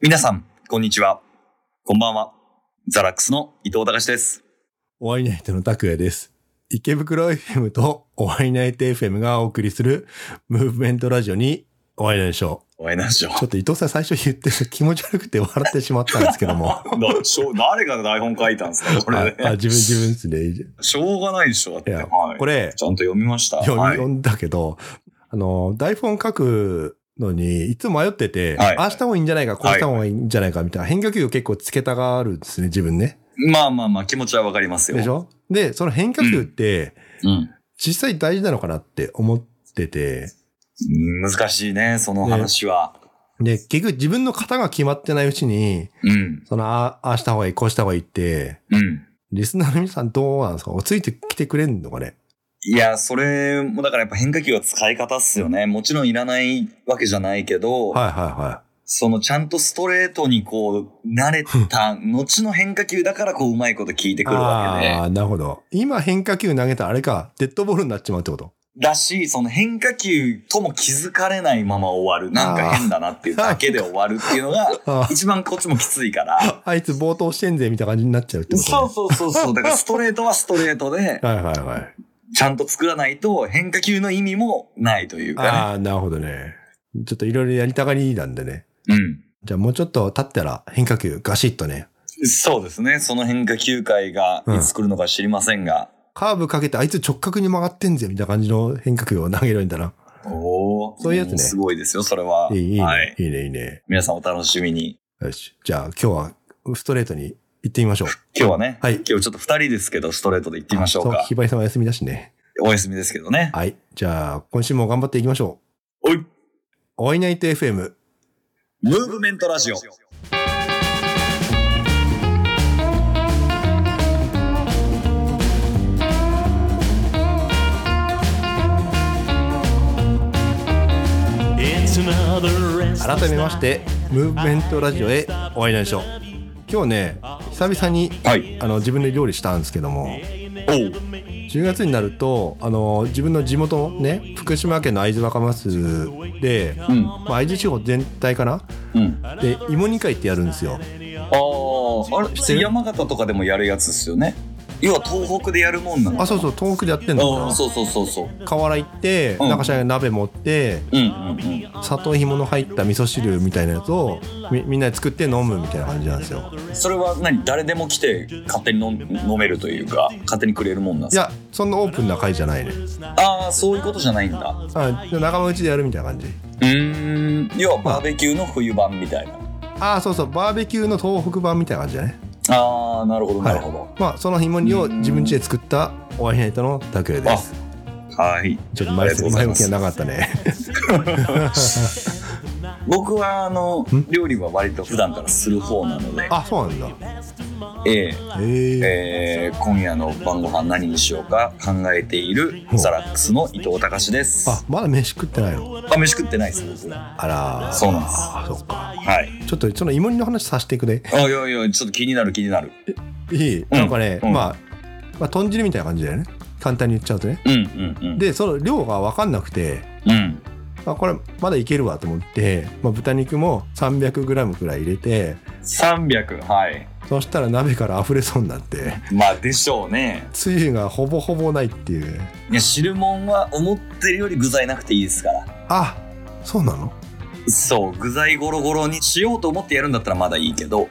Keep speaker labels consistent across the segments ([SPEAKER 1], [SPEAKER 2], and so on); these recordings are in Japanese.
[SPEAKER 1] 皆さん、こんにちは。こんばんは。ザラックスの伊藤隆です。
[SPEAKER 2] お会いナイトの拓也です。池袋 FM とお会いナイト FM がお送りするムーブメントラジオにお会いナイトでしょ
[SPEAKER 1] お会いなんでしょ
[SPEAKER 2] う。ちょっと伊藤さん最初言って気持ち悪くて笑ってしまったんですけども。
[SPEAKER 1] う。だしょう誰が台本書いたんですか こ
[SPEAKER 2] あ
[SPEAKER 1] れ
[SPEAKER 2] あ
[SPEAKER 1] ね。
[SPEAKER 2] 自分自分ですねいいじゃん。
[SPEAKER 1] しょうがないでしょだって。
[SPEAKER 2] いや
[SPEAKER 1] はい。
[SPEAKER 2] これ
[SPEAKER 1] ちゃんと読みました。
[SPEAKER 2] 読み
[SPEAKER 1] はい
[SPEAKER 2] 読んだけど、あの、台本書くのにいつも迷ってて、
[SPEAKER 1] はい
[SPEAKER 2] ああした方がいいんじゃないか、こうした方がいいんじゃないかみたいな、変化球を結構つけたがるんですね、自分ね。
[SPEAKER 1] まあまあまあ、気持ちはわかりますよ。
[SPEAKER 2] でしょで、その変化球って
[SPEAKER 1] うん。
[SPEAKER 2] 実際大事なのかなって思ってて、
[SPEAKER 1] 難しいね、その話は。
[SPEAKER 2] で、結局自分の型が決まってないうちに、
[SPEAKER 1] うん。
[SPEAKER 2] その、あああした方がいい、こうした方がいいって、
[SPEAKER 1] うん。
[SPEAKER 2] リスナーの皆さんどうなんですかついてきてくれんのかね
[SPEAKER 1] いや、それもだからやっぱ変化球は使い方っすよね。もちろんいらないわけじゃないけど、
[SPEAKER 2] はいはいは
[SPEAKER 1] そのちゃんとストレートにこう、慣れた、後の変化球だからこう、うまいこと聞いて
[SPEAKER 2] い。
[SPEAKER 1] くるわけで
[SPEAKER 2] あ。あ、なるほど。今変化球投げたらあれか、デッドボールになっちまうってこと
[SPEAKER 1] だし、その変化球とも気づかれないまま終わる。なんか変だなっていうだけで終わるっていうのが、
[SPEAKER 2] あ
[SPEAKER 1] 一番こっちもきついから。
[SPEAKER 2] あ、あいつ冒頭してんぜ、みたいな感じになっちゃうってこと、ね、
[SPEAKER 1] そうそうそうそう。だからストレートはストレートで、
[SPEAKER 2] はいはいはい。
[SPEAKER 1] ちゃんと作らないと変化球の意味もないというか
[SPEAKER 2] ああ、なるほどね。ちょっといろいろやりたがりなんでね。
[SPEAKER 1] ね。うん。
[SPEAKER 2] じゃあもうちょっと経ったら変化球ガシッとね。
[SPEAKER 1] そうですね。その変化球界がいつ来るのか知りませんが。
[SPEAKER 2] カーブかけてあいつ直角に曲がってんぜ、みたいな感じの変化球を投げるんだな。
[SPEAKER 1] おお。
[SPEAKER 2] そういうやつね
[SPEAKER 1] もすごいですよ、それは。
[SPEAKER 2] いい、いいね、
[SPEAKER 1] はいい。
[SPEAKER 2] いね、いいね。
[SPEAKER 1] 皆さんお楽しみに。
[SPEAKER 2] よし。じゃあ今日はストレートに行ってみましょう。
[SPEAKER 1] 今日はね、
[SPEAKER 2] はい
[SPEAKER 1] 今日ちょっと2人ですけど、ストレートで行ってみましょう
[SPEAKER 2] そう
[SPEAKER 1] か。
[SPEAKER 2] ひばりさんは休みだしね。
[SPEAKER 1] お休みですけどね。
[SPEAKER 2] はい。じゃあ今週も頑張っていきましょう。
[SPEAKER 1] おい
[SPEAKER 2] おいないと FM。
[SPEAKER 1] ムーブメントラジオ。
[SPEAKER 2] 改
[SPEAKER 3] 改
[SPEAKER 2] め
[SPEAKER 3] め
[SPEAKER 2] ま
[SPEAKER 3] ま
[SPEAKER 2] し
[SPEAKER 3] してて、
[SPEAKER 2] ムーブメントラジオへお会いないでしょう。今日ね、久々に
[SPEAKER 1] はい。
[SPEAKER 2] あの自分で料理したんですけども、
[SPEAKER 1] おう。
[SPEAKER 2] 10月になると、あの自分の地元のね、福島県の会津若松で、
[SPEAKER 1] うん。
[SPEAKER 2] まあ、会津地方全体かな
[SPEAKER 1] うん。
[SPEAKER 2] で、芋煮会ってやるんですよ。
[SPEAKER 1] ああ、あれ、山形とかでもやるやつですよね。要は東北でやるもんなの
[SPEAKER 2] あ、そうそう、東北でやってんのか
[SPEAKER 1] ああ、
[SPEAKER 2] な
[SPEAKER 1] そうそうそうそう。
[SPEAKER 2] 河原行って、
[SPEAKER 1] うん
[SPEAKER 2] 中島鍋持って、
[SPEAKER 1] うんうんうん。
[SPEAKER 2] 砂糖ひもの入った味噌汁みたいなやつをみみんなで作って飲むみたいな感じなんですよ
[SPEAKER 1] それは何誰でも来て勝手に飲飲めるというか、勝手にくれるもんなんで
[SPEAKER 2] い
[SPEAKER 1] すか
[SPEAKER 2] やそんなオープンな会じゃないね
[SPEAKER 1] ああ、そういうことじゃないんだ。う
[SPEAKER 2] あ仲間内でやるみたいな感じ
[SPEAKER 1] ーん。要はバーベキューの冬版みたいな。
[SPEAKER 2] ああそうそうバーベキューの東北版みたいな感じだね
[SPEAKER 1] ああ、なるほど、
[SPEAKER 2] は
[SPEAKER 1] ないるほど。
[SPEAKER 2] まあそのひも煮を自分家で作ったお会いナイトの拓也です
[SPEAKER 1] はい。
[SPEAKER 2] ちょっと
[SPEAKER 1] ありが
[SPEAKER 2] 前
[SPEAKER 1] とうござ
[SPEAKER 2] 前
[SPEAKER 1] い
[SPEAKER 2] 向
[SPEAKER 1] ま
[SPEAKER 2] き
[SPEAKER 1] す
[SPEAKER 2] はなかったね
[SPEAKER 1] 僕は、あの
[SPEAKER 2] ん、
[SPEAKER 1] 料理は割と普段からする方なので、
[SPEAKER 2] あそうなんだ
[SPEAKER 1] ええ
[SPEAKER 2] え
[SPEAKER 1] え
[SPEAKER 2] え
[SPEAKER 1] ー今夜の晩ご飯何にしようか考えている
[SPEAKER 2] ほう
[SPEAKER 1] ザラックスの伊藤隆です
[SPEAKER 2] あまだ飯食ってないの
[SPEAKER 1] あ飯食ってないです僕は
[SPEAKER 2] あらー
[SPEAKER 1] そうなんです
[SPEAKER 2] あそっか
[SPEAKER 1] い
[SPEAKER 2] ちょっとその芋煮の話させてくれ
[SPEAKER 1] あいやいやちょっと気になる気になる
[SPEAKER 2] いい
[SPEAKER 1] うん
[SPEAKER 2] なんかね、
[SPEAKER 1] うん
[SPEAKER 2] まあまあ豚汁みたいな感じだよね簡単に言っちゃうとね
[SPEAKER 1] うんうんうん
[SPEAKER 2] でその量が分かんなくて
[SPEAKER 1] うん
[SPEAKER 2] あこれまだいけるわと思って、まあ、豚肉も 300g くらい入れて
[SPEAKER 1] 300はい
[SPEAKER 2] そしたら鍋から溢れそうになって
[SPEAKER 1] まあでしょうね
[SPEAKER 2] つゆがほぼほぼないっていう
[SPEAKER 1] いや汁物は思ってるより具材なくていいですから
[SPEAKER 2] あそうなの
[SPEAKER 1] そう具材ゴロゴロにしようと思ってやるんだったらまだいいけど
[SPEAKER 2] う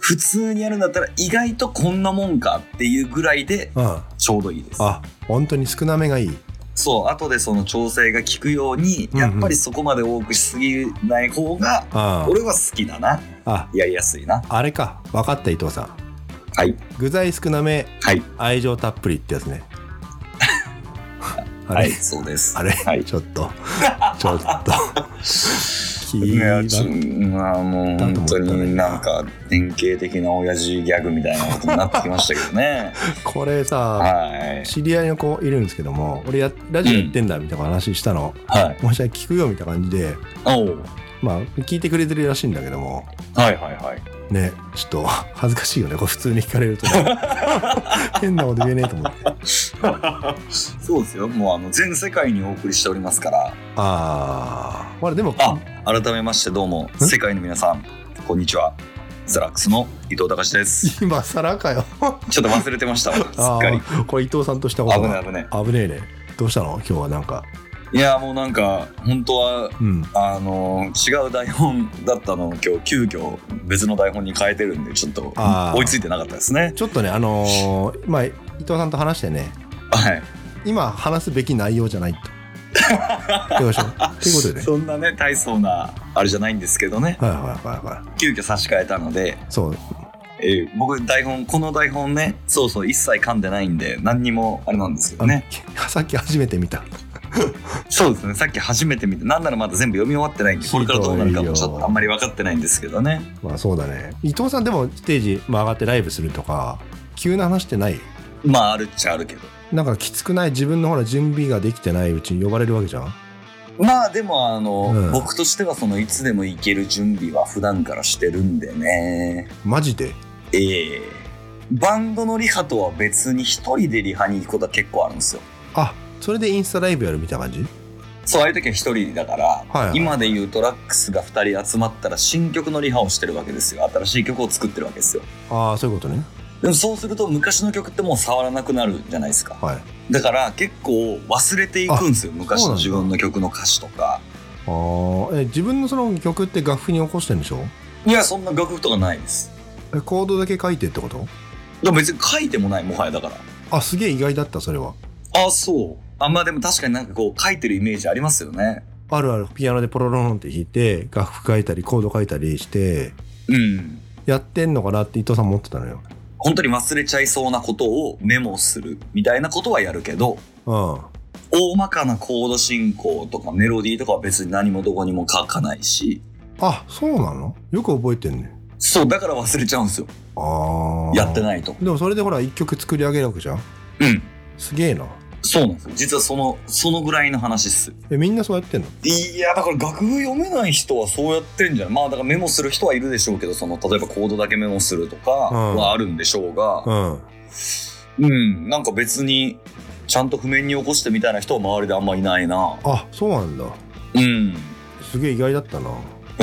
[SPEAKER 1] 普通にやるんだったら意外とこんなもんかっていうぐらいで
[SPEAKER 2] んうん
[SPEAKER 1] ちょうどいいです
[SPEAKER 2] あ本当に少なめがいい
[SPEAKER 1] そう後でその調整が効くように
[SPEAKER 2] うんうん
[SPEAKER 1] やっぱりそこまで多くしすぎない方が
[SPEAKER 2] あ
[SPEAKER 1] 俺は好きだな
[SPEAKER 2] あ
[SPEAKER 1] やりやすいな
[SPEAKER 2] あれか分かった伊藤さん
[SPEAKER 1] はい
[SPEAKER 2] 具材少なめ
[SPEAKER 1] はい
[SPEAKER 2] 愛情たっぷりってやつねあれ、
[SPEAKER 1] はいそうです
[SPEAKER 2] あれ、
[SPEAKER 1] はい
[SPEAKER 2] ちょっとちょっ と
[SPEAKER 1] い
[SPEAKER 2] 気
[SPEAKER 1] や
[SPEAKER 2] が
[SPEAKER 1] ちょまあもう本当になんか典型的な親父ギャグみたいなことになってきましたけど ね
[SPEAKER 2] これさ
[SPEAKER 1] はい
[SPEAKER 2] 知り合いの子いるんですけども俺やラジオやってんだみたいな話したの、
[SPEAKER 1] はい
[SPEAKER 2] もしあ聞くよみたいな感じで
[SPEAKER 1] おう
[SPEAKER 2] まあ、聞いてくれてるらしいんだけども、
[SPEAKER 1] はいはいはい。
[SPEAKER 2] ね、ちょっと 恥ずかしいよね。これ普通に聞かれると、 ね、変なこと言えねえと思って。
[SPEAKER 1] そうですよ。もうあの全世界にお送りしておりますから。
[SPEAKER 2] あー、まあでも、
[SPEAKER 1] あ、改めましてどうも世界の皆さん、こんにちは。ザラックスの伊藤隆です。
[SPEAKER 2] 今更かよ。
[SPEAKER 1] ちょっと忘れてましたわ。すっ
[SPEAKER 2] あ
[SPEAKER 1] かり。
[SPEAKER 2] ーこれ伊藤さんとしたこと
[SPEAKER 1] 危
[SPEAKER 2] が
[SPEAKER 1] ない危ない。
[SPEAKER 2] 危ねえね。どうしたの今日はなんか。
[SPEAKER 1] いやもうなんか本当は
[SPEAKER 2] うん。
[SPEAKER 1] あの違う台本だったのを今日急遽別の台本に変えてるんでちょっと
[SPEAKER 2] あー
[SPEAKER 1] 追いついてなかったですね。
[SPEAKER 2] ちょっとね、あのーまあ、伊藤さんと話してね、
[SPEAKER 1] はい。
[SPEAKER 2] 今話すべき内容じゃないと。 よいしょ。ということでね。
[SPEAKER 1] そんなね大層なあれじゃないんですけどね
[SPEAKER 2] はいはいはいはい。
[SPEAKER 1] 急遽差し替えたので、
[SPEAKER 2] そう。
[SPEAKER 1] えー僕台本この台本ねそうそう一切噛んでないんで何にもあれなんですけ
[SPEAKER 2] あ
[SPEAKER 1] ど
[SPEAKER 2] の
[SPEAKER 1] ね。
[SPEAKER 2] さっき初めて見た。
[SPEAKER 1] そうですねさっき初めて見てなんならまだ全部読み終わってないんでこれからどうなるかもちょっとあんまり分かってないんですけどね。
[SPEAKER 2] まあそうだね。伊藤さんでもステージ、まあ、上がってライブするとか、急な話ってない
[SPEAKER 1] まああるっちゃあるけど。
[SPEAKER 2] なんかきつくない自分のほら準備ができてないうちに呼ばれるわけじゃん
[SPEAKER 1] まあでもあの、
[SPEAKER 2] うん
[SPEAKER 1] 僕としてはそのいつでも行ける準備は普段からしてるんでね
[SPEAKER 2] マジで
[SPEAKER 1] ええバンドのリハとは別に一人でリハに行くことは結構あるんですよ
[SPEAKER 2] あそれでインスタライブやるみたいな感じ
[SPEAKER 1] そうああいう時は一人だから、
[SPEAKER 2] いはい
[SPEAKER 1] 今で言うとラックスが2人集まったら新曲のリハをしてるわけですよ新しい曲を作ってるわけですよ
[SPEAKER 2] ああそういうことね
[SPEAKER 1] でもそうすると昔の曲ってもう触らなくなるじゃないですか
[SPEAKER 2] はい
[SPEAKER 1] だから結構忘れていくんですよ昔の自分の曲の歌詞とか
[SPEAKER 2] ああえ自分のその曲って楽譜に起こしてるんでしょ
[SPEAKER 1] いやそんな楽譜とかないです
[SPEAKER 2] えコードだけ書いてってこと
[SPEAKER 1] でも別に書いてもないもはやだから
[SPEAKER 2] あすげえ意外だったそれは
[SPEAKER 1] あ、そう。あ、まあでも確かになんかこう書いてるイメージありますよね。
[SPEAKER 2] あるあるピアノでポロロンって弾いて楽譜書いたりコード書いたりして
[SPEAKER 1] うん。
[SPEAKER 2] やってんのかなって伊藤さん思ってたのよ
[SPEAKER 1] 本当に忘れちゃいそうなことをメモするみたいなことはやるけど、
[SPEAKER 2] う
[SPEAKER 1] 大まかなコード進行とかメロディーとかは別に何もどこにも書かないし、
[SPEAKER 2] んあそうなのよく覚えてんね
[SPEAKER 1] そう、だから忘れちゃうんですよ。
[SPEAKER 2] ああ
[SPEAKER 1] やって
[SPEAKER 2] い
[SPEAKER 1] ないと。
[SPEAKER 2] でもそれでほら一曲作り上げるわけじゃん
[SPEAKER 1] うん。
[SPEAKER 2] すげえな
[SPEAKER 1] そうなんですよ。実はその、そのぐらいの話っす。
[SPEAKER 2] えみんなそうやってんの
[SPEAKER 1] いや、だから楽譜読めない人はそうやってんじゃないまあだからメモする人はいるでしょうけど、その、例えばコードだけメモするとかはあるんでしょうが、
[SPEAKER 2] うん
[SPEAKER 1] うん、なんか別にちゃんと譜面に起こしてみたいな人は周りであんまいないな。
[SPEAKER 2] あそうなんだ
[SPEAKER 1] うん。
[SPEAKER 2] すげえ意外だったな
[SPEAKER 1] え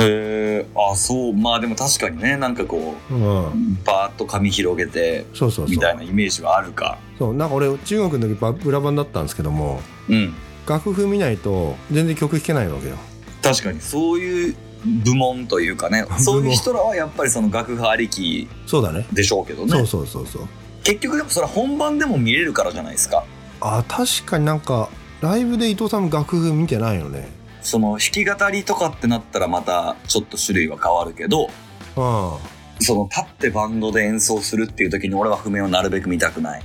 [SPEAKER 1] ー、あ、そう、まあでも確かにね、なんかこ
[SPEAKER 2] うん
[SPEAKER 1] う、バーッと紙広げて、
[SPEAKER 2] そうそう
[SPEAKER 1] み
[SPEAKER 2] そ
[SPEAKER 1] たいうなイメージはあるか。
[SPEAKER 2] そうなんか俺中国の時ば裏版だったんですけども
[SPEAKER 1] うん。
[SPEAKER 2] 楽譜見ないと全然曲弾けないわけよ
[SPEAKER 1] 確かにそういう部門という かね、そういう人らはやっぱりその楽譜ありき
[SPEAKER 2] そうだね
[SPEAKER 1] でしょうけど
[SPEAKER 2] そう
[SPEAKER 1] ね。
[SPEAKER 2] そうそうそう
[SPEAKER 1] 結局でもそれは本番でも見れるからじゃないですか。
[SPEAKER 2] あ確かになんかライブで伊藤さんも楽譜見てないよね
[SPEAKER 1] その弾き語りとかってなったらまたちょっと種類は変わるけど、
[SPEAKER 2] うんあ
[SPEAKER 1] その立ってバンドで演奏するっていう時に俺は譜面をなるべく見たくない。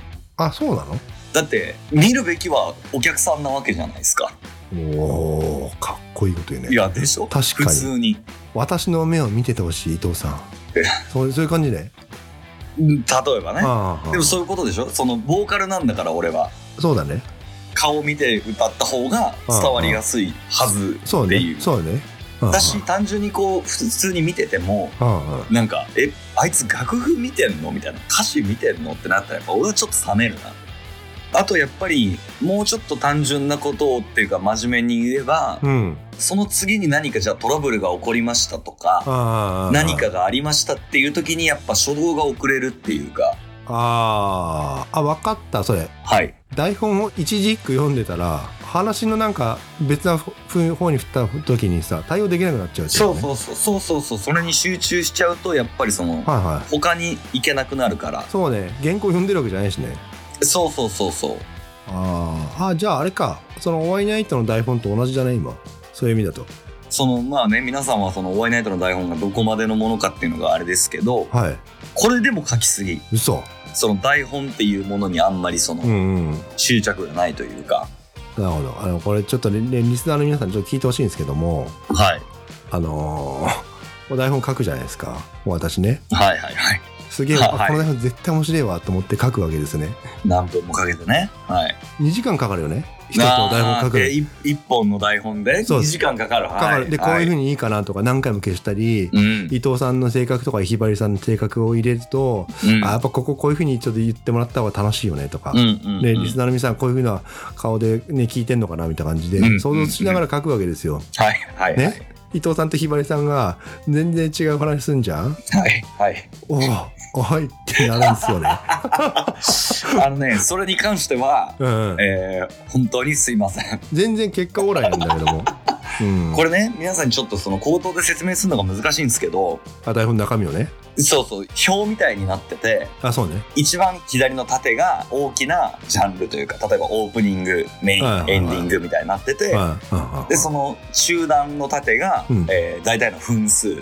[SPEAKER 2] そうなの
[SPEAKER 1] だって見るべきはお客さんなわけじゃないですか
[SPEAKER 2] おーかっこいいこと言うね
[SPEAKER 1] いやでしょ
[SPEAKER 2] 確かに
[SPEAKER 1] 普通に
[SPEAKER 2] 私の目を見ててほしい伊藤さん
[SPEAKER 1] え
[SPEAKER 2] そうそういう感じね
[SPEAKER 1] うん例えばね
[SPEAKER 2] ああ
[SPEAKER 1] でもそういうことでしょそのボーカルなんだから俺は
[SPEAKER 2] そうだね
[SPEAKER 1] 顔見て歌った方が伝わりやすいはず
[SPEAKER 2] そう
[SPEAKER 1] ってい
[SPEAKER 2] ね
[SPEAKER 1] う
[SPEAKER 2] そうねうん
[SPEAKER 1] だし単純にこう普通に見てても
[SPEAKER 2] うんうん
[SPEAKER 1] なんか「えあいつ楽譜見てんの?」みたいな歌詞見てんのってなったらやっぱ俺はちょっと冷めるなあとやっぱりもうちょっと単純なことをっていうか真面目に言えば
[SPEAKER 2] うん
[SPEAKER 1] その次に何かじゃあトラブルが起こりましたとか
[SPEAKER 2] ああ
[SPEAKER 1] 何かがありましたっていう時にやっぱ初動が遅れるっていうか
[SPEAKER 2] あーあ分かったそれ
[SPEAKER 1] はい
[SPEAKER 2] 台本を一字一句読んでたら話のなんか別なふ方に振った時にさ対応できなくなっちゃうってい
[SPEAKER 1] そう
[SPEAKER 2] ね
[SPEAKER 1] そうそうそうそうそうそれに集中しちゃうとやっぱりその
[SPEAKER 2] はいはい
[SPEAKER 1] 他に行けなくなるから
[SPEAKER 2] そうね原稿読んでるわけじゃないしね
[SPEAKER 1] そうそうそうそう
[SPEAKER 2] あーあじゃああれかその「お会いナイト」の台本と同じじゃない今そういう意味だと
[SPEAKER 1] そのまあね皆さんはその「お会いナイト」の台本がどこまでのものかっていうのがあれですけど
[SPEAKER 2] はい
[SPEAKER 1] これでも書きすぎ
[SPEAKER 2] 嘘
[SPEAKER 1] その台本っていうものにあんまりその
[SPEAKER 2] うんうん
[SPEAKER 1] 執着がないというか
[SPEAKER 2] なるほどあのこれちょっとねねリスナーの皆さんにちょっと聞いてほしいんですけども
[SPEAKER 1] はい
[SPEAKER 2] あのーお台本書くじゃないですかもう私ね
[SPEAKER 1] はいはいはい
[SPEAKER 2] すげえ、
[SPEAKER 1] はい
[SPEAKER 2] あこの台本絶対面白いわと思って書くわけですね
[SPEAKER 1] 何分もかけてね。はい。
[SPEAKER 2] 2時間かかるよね一つの
[SPEAKER 1] あ
[SPEAKER 2] 台本書く
[SPEAKER 1] ー
[SPEAKER 2] の
[SPEAKER 1] で
[SPEAKER 2] に
[SPEAKER 1] い一本の台本で
[SPEAKER 2] そう
[SPEAKER 1] 2
[SPEAKER 2] です
[SPEAKER 1] 時間かかる。
[SPEAKER 2] かか
[SPEAKER 1] は
[SPEAKER 2] る
[SPEAKER 1] い。
[SPEAKER 2] でこういうふう
[SPEAKER 1] に。
[SPEAKER 2] にいいかなとか何回も消したり、
[SPEAKER 1] うん。
[SPEAKER 2] 伊藤さんの性格とかひばりさんの性格を入れると、
[SPEAKER 1] うん
[SPEAKER 2] あやっぱこここういうふうにちょっと言ってもらった方が楽しいよねとか、
[SPEAKER 1] うんうんうん
[SPEAKER 2] ね、リスナーの皆さんこういうふうな顔で、ね、聞いてんのかなみたいな感じで、
[SPEAKER 1] うん
[SPEAKER 2] 想像しながら書くわけですよ。
[SPEAKER 1] はいはいはい
[SPEAKER 2] ね伊藤さんとひばりさんが全然違う話すんじゃん
[SPEAKER 1] はい はい。
[SPEAKER 2] おーおいってなるんで すよね。
[SPEAKER 1] あのね、それに関しては、
[SPEAKER 2] うん、
[SPEAKER 1] えー本当にすいません。
[SPEAKER 2] 全然結果オーライなんだけども、うん、
[SPEAKER 1] これね、皆さんにちょっとその口頭で説明するのが難しいんですけど、
[SPEAKER 2] あ台本の中身をね
[SPEAKER 1] そうそう、表みたいになってて、
[SPEAKER 2] あそうね
[SPEAKER 1] 一番左の縦が大きなジャンルというか、例えばオープニング、メイン、
[SPEAKER 2] はいはいはい
[SPEAKER 1] エンディングみたいになってて、
[SPEAKER 2] うんうんうん
[SPEAKER 1] で、その中段の縦が、
[SPEAKER 2] うん
[SPEAKER 1] えー大体の分数。
[SPEAKER 2] う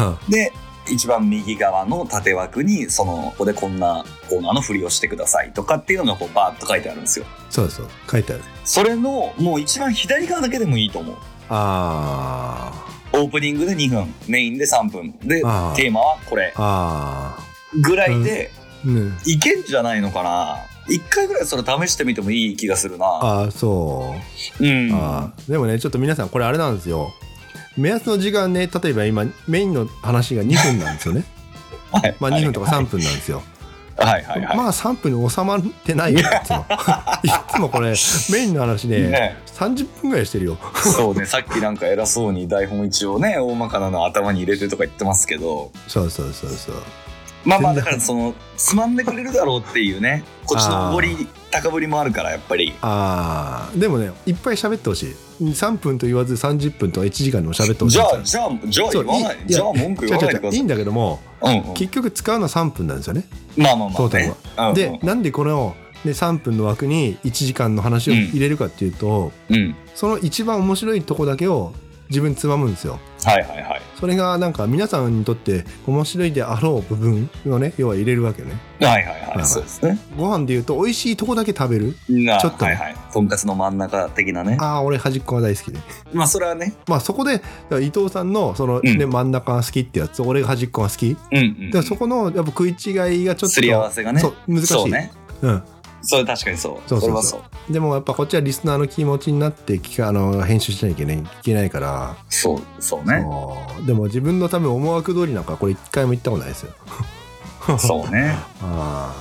[SPEAKER 2] ん
[SPEAKER 1] で、一番右側の縦枠に、その、ここでこんなコーナーの振りをしてくださいとかっていうのがこうバーッと書いてあるんですよ。
[SPEAKER 2] そうそう書いてある
[SPEAKER 1] それの、もう一番左側だけでもいいと思う。
[SPEAKER 2] あ
[SPEAKER 1] オープニングで2分、メインで3分。で、
[SPEAKER 2] あー
[SPEAKER 1] テーマはこれ
[SPEAKER 2] あ
[SPEAKER 1] ぐらいで、
[SPEAKER 2] ーね
[SPEAKER 1] いけんじゃないのかな一回ぐらいそれ試してみてもいい気がするな。
[SPEAKER 2] あーそう
[SPEAKER 1] うん。
[SPEAKER 2] あーでもねちょっと皆さんこれあれなんですよ目安の時間ね例えば今メインの話が2分なんですよね
[SPEAKER 1] はい
[SPEAKER 2] まあ2分とか3分なんですよ
[SPEAKER 1] はいはいはい。
[SPEAKER 2] まあ3分に収まってな いよいつもいつもこれメインの話ね
[SPEAKER 1] ね、
[SPEAKER 2] 30分ぐらいしてるよ
[SPEAKER 1] そうねさっきなんか偉そうに台本一応ね大まかなの頭に入れてとか言ってますけど
[SPEAKER 2] そうそうそうそう
[SPEAKER 1] まあまあ
[SPEAKER 2] 全
[SPEAKER 1] だ
[SPEAKER 2] 然
[SPEAKER 1] からそのつまんでくれるだろうっていうねこっちのおごり高ぶりもあるからやっぱり
[SPEAKER 2] あーでもねいっぱい喋ってほしい3分と言わず30分とか1時間でも喋ってほしい
[SPEAKER 1] じゃあ
[SPEAKER 2] じ
[SPEAKER 1] じゃあじゃあ
[SPEAKER 2] そう
[SPEAKER 1] 言わない
[SPEAKER 2] いいや
[SPEAKER 1] じゃあ文句言わないでくだ
[SPEAKER 2] い
[SPEAKER 1] さ
[SPEAKER 2] い
[SPEAKER 1] い
[SPEAKER 2] んだけど
[SPEAKER 1] うんうん
[SPEAKER 2] も、結局使うのは3分なんですよね、
[SPEAKER 1] まあまあま
[SPEAKER 2] ト
[SPEAKER 1] あ
[SPEAKER 2] ータル
[SPEAKER 1] ね
[SPEAKER 2] は、
[SPEAKER 1] うんうん
[SPEAKER 2] でなんでこので3分の枠に1時間の話を入れるかっていうと、
[SPEAKER 1] うん
[SPEAKER 2] その一番面白いとこだけを自分つまむんですよ
[SPEAKER 1] はいはいはい
[SPEAKER 2] それがなんか皆さんにとって面白いであろう部分をね要は入れるわけね
[SPEAKER 1] はいはい
[SPEAKER 2] ま
[SPEAKER 1] は
[SPEAKER 2] あ
[SPEAKER 1] いそうですね
[SPEAKER 2] ご飯でいうと美味しいとこだけ食べる
[SPEAKER 1] な
[SPEAKER 2] ちょっと
[SPEAKER 1] はいはいとんかつの真ん中的なね
[SPEAKER 2] ああ俺端っこが大好きで
[SPEAKER 1] まあそれはね
[SPEAKER 2] まあそこでだから伊藤さんのその、ね
[SPEAKER 1] うん
[SPEAKER 2] 真ん中が好きってやつ俺が端っこが好き
[SPEAKER 1] うんうん
[SPEAKER 2] だからそこのやっぱ食い違いがちょっと
[SPEAKER 1] すり合わせがね
[SPEAKER 2] そう難しい
[SPEAKER 1] そうね
[SPEAKER 2] うん、
[SPEAKER 1] それ確かにそう
[SPEAKER 2] そうそうそう
[SPEAKER 1] れはそう
[SPEAKER 2] でもやっぱこっちはリスナーの気持ちになって聞かあの編集しなきゃいけないいけないから、
[SPEAKER 1] そうそうね
[SPEAKER 2] そうでも自分の多分思惑通りなんかこれ一回も言ったことないですよう
[SPEAKER 1] そう ね
[SPEAKER 2] あ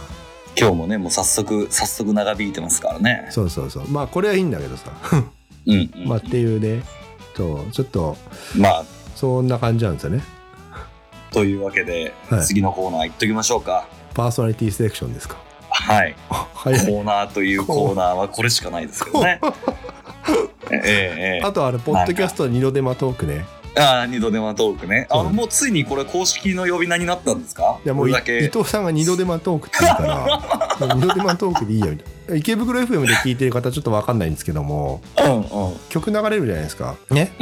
[SPEAKER 1] 今日もねもう早速早速長引いてますからね
[SPEAKER 2] あそうそうそうまあこれはいいんだけどさ、
[SPEAKER 1] うん、うん
[SPEAKER 2] まあ、っていうねそうちょっと
[SPEAKER 1] まあ
[SPEAKER 2] そんな感じなんですよね
[SPEAKER 1] というわけで、
[SPEAKER 2] はい
[SPEAKER 1] 次のコーナー行っときましょうか
[SPEAKER 2] パーソナリティセレクションですか
[SPEAKER 1] はい
[SPEAKER 2] あ
[SPEAKER 1] コ
[SPEAKER 2] 早い
[SPEAKER 1] ーナーというコーナーはこれしかないですけど ねえええ
[SPEAKER 2] あとあれポッドキャスト二度手間トークね
[SPEAKER 1] えああ二度手間トークねあ
[SPEAKER 2] そう
[SPEAKER 1] もうついにこれ公式の呼び名になったんですか
[SPEAKER 2] いやもうい
[SPEAKER 1] これだ
[SPEAKER 2] 伊
[SPEAKER 1] け
[SPEAKER 2] 藤さんが二度手間トークって言うか らもう二度手間トークでいいよみたいな池袋 FM で聞いてる方ちょっと分かんないんですけども
[SPEAKER 1] うんうん
[SPEAKER 2] 曲流れるじゃないですかね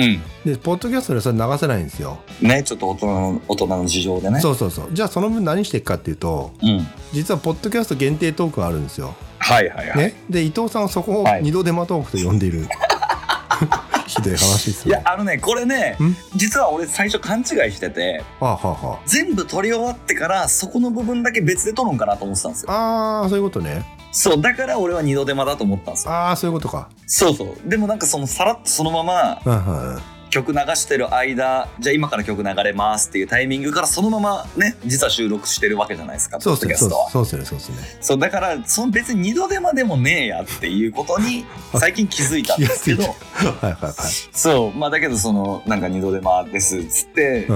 [SPEAKER 1] う
[SPEAKER 2] でポッドキャストでそれ流せないんですよ、
[SPEAKER 1] んねちょっと大人の大人の事情でね
[SPEAKER 2] そうそうそうじゃあその分何していくかっていうと
[SPEAKER 1] うん
[SPEAKER 2] 実はポッドキャスト限定トークがあるんですよ、
[SPEAKER 1] はいはいはい、
[SPEAKER 2] ね、で伊藤さんはそこを
[SPEAKER 1] はい
[SPEAKER 2] 二度手間トークと呼んで いる、ひどい話です
[SPEAKER 1] いや
[SPEAKER 2] ね
[SPEAKER 1] あのねこれね
[SPEAKER 2] ん
[SPEAKER 1] 実は俺最初勘違いしてて
[SPEAKER 2] あはあは
[SPEAKER 1] 全部取り終わってからそこの部分だけ別で取るんかなと思ってたんですよ
[SPEAKER 2] ああーそういうことね
[SPEAKER 1] そうだから俺は二度手間だと思ったんですよ
[SPEAKER 2] ああそういうことか
[SPEAKER 1] そうそうでもなんかそのさらっとそのまま
[SPEAKER 2] うんうんうん
[SPEAKER 1] 曲流してる間じゃあ今から曲流れますっていうタイミングからそのままね実は収録してるわけじゃないですか
[SPEAKER 2] そうっす
[SPEAKER 1] ポッドキャス
[SPEAKER 2] ねそう
[SPEAKER 1] トは
[SPEAKER 2] そうっすねそうっすね
[SPEAKER 1] そうだからその別に二度手間でもねえやっていうことに最近気づいたんですけ
[SPEAKER 2] 気
[SPEAKER 1] ど
[SPEAKER 2] が はいはいはい
[SPEAKER 1] そうまあだけどそのなんか二度手間ですっつって、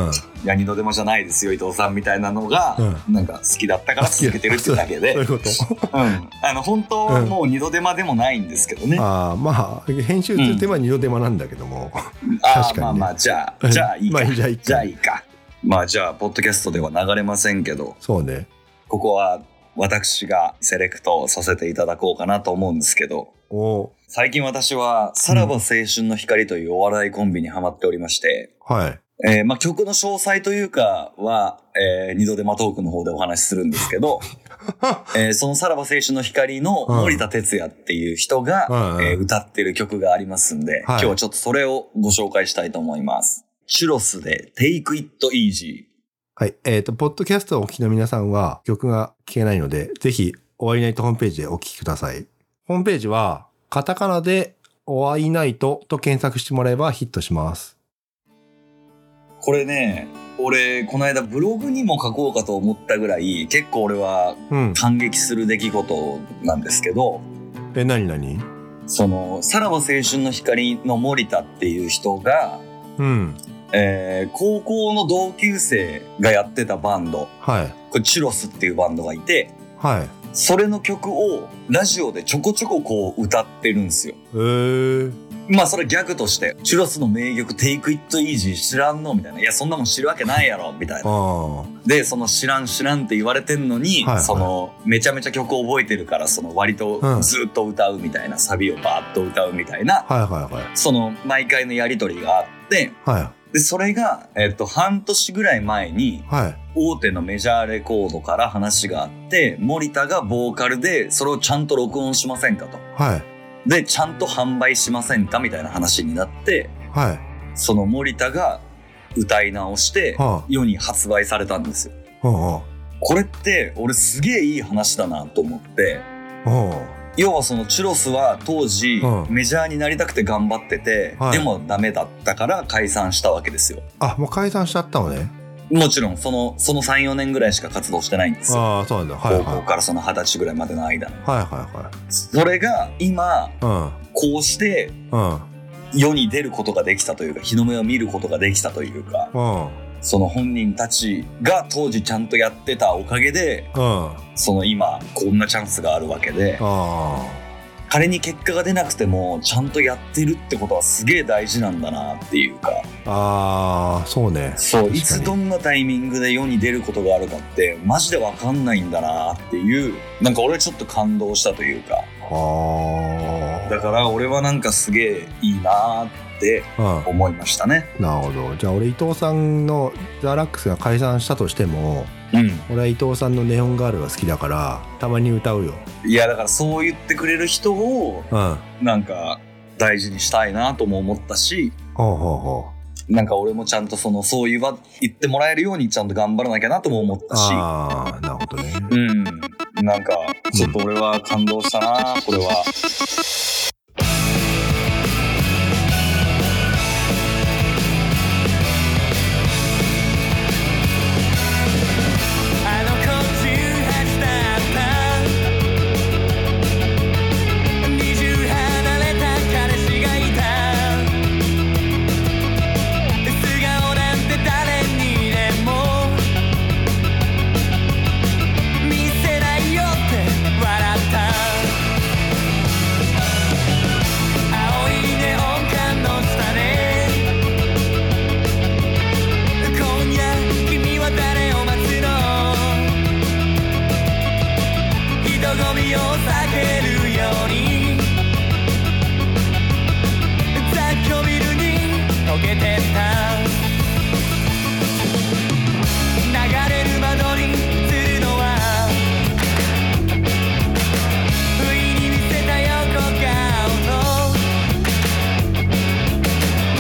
[SPEAKER 1] いや二度手間じゃないですよ伊藤さんみたいなのが、なんか好きだったから続けてるってだけで
[SPEAKER 2] うんそういうこと
[SPEAKER 1] うん、あの本当はもう二度手間でもないんですけどね、あ
[SPEAKER 2] ああまあ編集する手間は二度手間なんだけども、
[SPEAKER 1] あ
[SPEAKER 2] 確かに
[SPEAKER 1] ー
[SPEAKER 2] ね
[SPEAKER 1] まあまあじゃあじゃあいいか、
[SPEAKER 2] まあじゃあいいか
[SPEAKER 1] じゃあいいかまあじゃあポッドキャストでは流れませんけど
[SPEAKER 2] そうね
[SPEAKER 1] ここは私がセレクトさせていただこうかなと思うんですけど
[SPEAKER 2] お
[SPEAKER 1] 最近私はさらば青春の光というお笑いコンビにハマっておりまして、
[SPEAKER 2] はい
[SPEAKER 1] えーまあ、曲の詳細というかは、えー二度手間トークの方でお話しするんですけ ど、えーそのさらば青春の光の森田哲也っていう人が、
[SPEAKER 2] うんうん
[SPEAKER 1] えー歌ってる曲がありますんで、
[SPEAKER 2] い
[SPEAKER 1] 今日はちょっとそれをご紹介したいと思います。チュロスで Take It Easy。
[SPEAKER 2] はい。えっ、と、ポッドキャストをお聞きの皆さんは曲が聴けないので、ぜひ、お会いナイトホームページでお聞きください。ホームページは、カタカナで、お会いナイトと検索してもらえばヒットします。
[SPEAKER 1] これね、俺、この間ブログにも書こうかと思ったぐらい、結構俺は
[SPEAKER 2] うん。
[SPEAKER 1] 感激する出来事なんですけど、
[SPEAKER 2] え、なになに
[SPEAKER 1] その、さらば青春の光の森田っていう人が、
[SPEAKER 2] うん。
[SPEAKER 1] えー高校の同級生がやってたバンド、
[SPEAKER 2] はい。
[SPEAKER 1] これチュロスっていうバンドがいて、
[SPEAKER 2] はい。
[SPEAKER 1] それの曲をラジオでちょこちょここう歌ってるんですよ。
[SPEAKER 2] えー。
[SPEAKER 1] まあそれギャグとして、チュロスの名曲 Take It Easy 知らんのみたいな。いや、そんなもん知るわけないやろみたい
[SPEAKER 2] あ
[SPEAKER 1] な。
[SPEAKER 2] あ。は
[SPEAKER 1] で、その知らん知らんって言われてんのに、
[SPEAKER 2] はいはい
[SPEAKER 1] そのめちゃめちゃ曲覚えてるから、その割と
[SPEAKER 2] うん、
[SPEAKER 1] ずっと歌うみたいな、サビをバーッと歌うみたいない
[SPEAKER 2] はいはい。
[SPEAKER 1] その毎回のやりとりがあって、
[SPEAKER 2] は
[SPEAKER 1] で、それが、えっと、半年ぐらい前に
[SPEAKER 2] い。、はい。
[SPEAKER 1] 大手のメジャーレコードから話があって、森田がボーカルで、それをちゃんと録音しませんかと。
[SPEAKER 2] はい。
[SPEAKER 1] で、ちゃんと販売しませんかみたいな話になって、
[SPEAKER 2] はい。
[SPEAKER 1] その森田が歌い直して
[SPEAKER 2] は
[SPEAKER 1] 世に発売されたんですよ。
[SPEAKER 2] あ。は
[SPEAKER 1] これって俺すげえいい話だなと思って
[SPEAKER 2] あ。は
[SPEAKER 1] 要はそのチュロスは当時
[SPEAKER 2] うん
[SPEAKER 1] メジャーになりたくて頑張ってて、
[SPEAKER 2] はい
[SPEAKER 1] でもダメだったから解散したわけですよ。
[SPEAKER 2] あ。あ、もう解散しちゃったのね。
[SPEAKER 1] もちろんそのその34年ぐらいしか活動してないんですよ。
[SPEAKER 2] ああ、そうなんだ。はいは
[SPEAKER 1] 高
[SPEAKER 2] い。
[SPEAKER 1] 校からその二十歳ぐらいまでの間
[SPEAKER 2] はいは
[SPEAKER 1] それが今
[SPEAKER 2] いは
[SPEAKER 1] こうして
[SPEAKER 2] い。うん。うん。
[SPEAKER 1] 世に出ることができたというか日の目を見ることができたというか
[SPEAKER 2] うん。
[SPEAKER 1] その本人たちが当時ちゃんとやってたおかげで
[SPEAKER 2] うん。
[SPEAKER 1] その今こんなチャンスがあるわけで
[SPEAKER 2] ああ。
[SPEAKER 1] 仮に結果が出なくてもちゃんとやってるってことはすげえ大事なんだなっていうか
[SPEAKER 2] ああ、そうね。
[SPEAKER 1] そう
[SPEAKER 2] 確かに
[SPEAKER 1] いつどんなタイミングで世に出ることがあるかってマジで分かんないんだなっていうなんか俺はちょっと感動したというかだ
[SPEAKER 2] は
[SPEAKER 1] から俺はなんかすげえいいなって
[SPEAKER 2] あ。う
[SPEAKER 1] 思いましたね
[SPEAKER 2] ん。なるほど。じゃあ俺伊藤さんのザ・ラックスが解散したとしても、
[SPEAKER 1] うん
[SPEAKER 2] 俺は伊藤さんのネオンガールが好きだから、たまに歌うよ。
[SPEAKER 1] いやだからそう言ってくれる人を
[SPEAKER 2] うん。
[SPEAKER 1] なんか大事にしたいなとも思ったし
[SPEAKER 2] ほうほうほ
[SPEAKER 1] なんか俺もちゃんとそのそう言わ言ってもらえるようにちゃんと頑張らなきゃなとも思っ
[SPEAKER 2] う。
[SPEAKER 1] たし
[SPEAKER 2] ああ、なるほどね。
[SPEAKER 1] うんなんかちょっと俺は感動したな、これは
[SPEAKER 3] あの子18だった二重離れた彼氏がいた素顔なんて誰にでも見せないよって笑った青いネオン管の下で「今夜君は誰を待つの」「人混みを避けるように」「雑居ビルに溶けてった」「流れる窓に映るのは」「不意に見せた横顔と」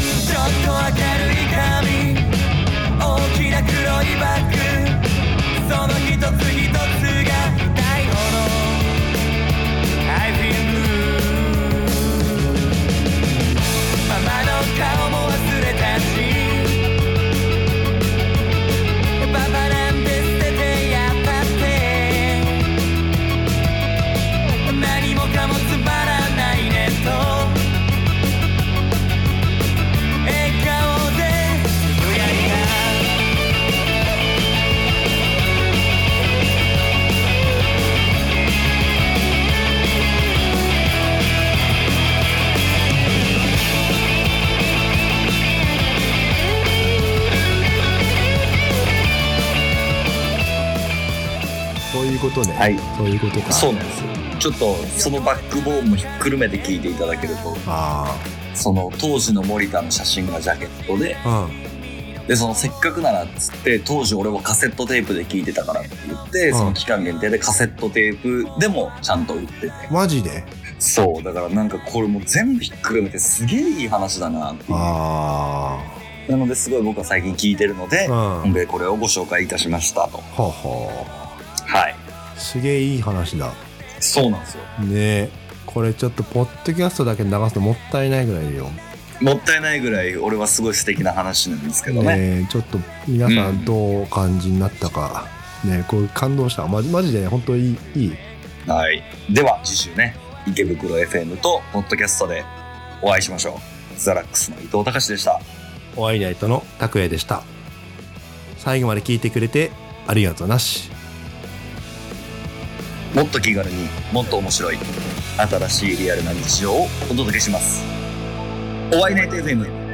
[SPEAKER 3] 「ちょっと明るい髪」大きな黒いバッグその一つ一つが痛いほど I feel blue ママの顔も忘れたしパパなんて捨ててやったって何もかもつまらないねと笑顔でつぶやいた
[SPEAKER 2] そういうことね。
[SPEAKER 1] はい。
[SPEAKER 2] そういうことか。
[SPEAKER 1] そうなんですよちょっとそのバックボーンもひっくるめて聞いていただけると
[SPEAKER 2] あ
[SPEAKER 1] その当時の森田の写真がジャケットで
[SPEAKER 2] あ。うん。
[SPEAKER 1] でそのせっかくならっつって当時俺はカセットテープで聞いてたからって言って、
[SPEAKER 2] うん
[SPEAKER 1] その期間限定でカセットテープでもちゃんと売ってて
[SPEAKER 2] マジで
[SPEAKER 1] そうだからなんかこれもう全部ひっくるめてすげえいい話だなっていう
[SPEAKER 2] ああ。
[SPEAKER 1] なのですごい僕は最近聞いてるので
[SPEAKER 2] うん。、は
[SPEAKER 1] でこれをご紹介いたしましたと。
[SPEAKER 2] あは
[SPEAKER 1] はい。
[SPEAKER 2] あ。すげえいい話だ。
[SPEAKER 1] そうなんですよ。
[SPEAKER 2] ねえ。これちょっと、ポッドキャストだけ流すのもったいないぐらいよ。
[SPEAKER 1] もったいないぐらい俺はすごい素敵な話なんですけどね。
[SPEAKER 2] ねえ、ちょっと、皆さんどうお感じになったか。ねえ、こう感動した。まじ、マジで、本当いい、いい。
[SPEAKER 1] はい。では次週ね、池袋 FM とポッドキャストでお会いしましょう。ザラックスの伊藤隆でした。
[SPEAKER 2] お会いナイトの拓也でした。最後まで聞いてくれて、ありがとうなし。
[SPEAKER 1] もっと気軽にもっと面白い新しいリアルな日常をお届けします。お会いナイト FM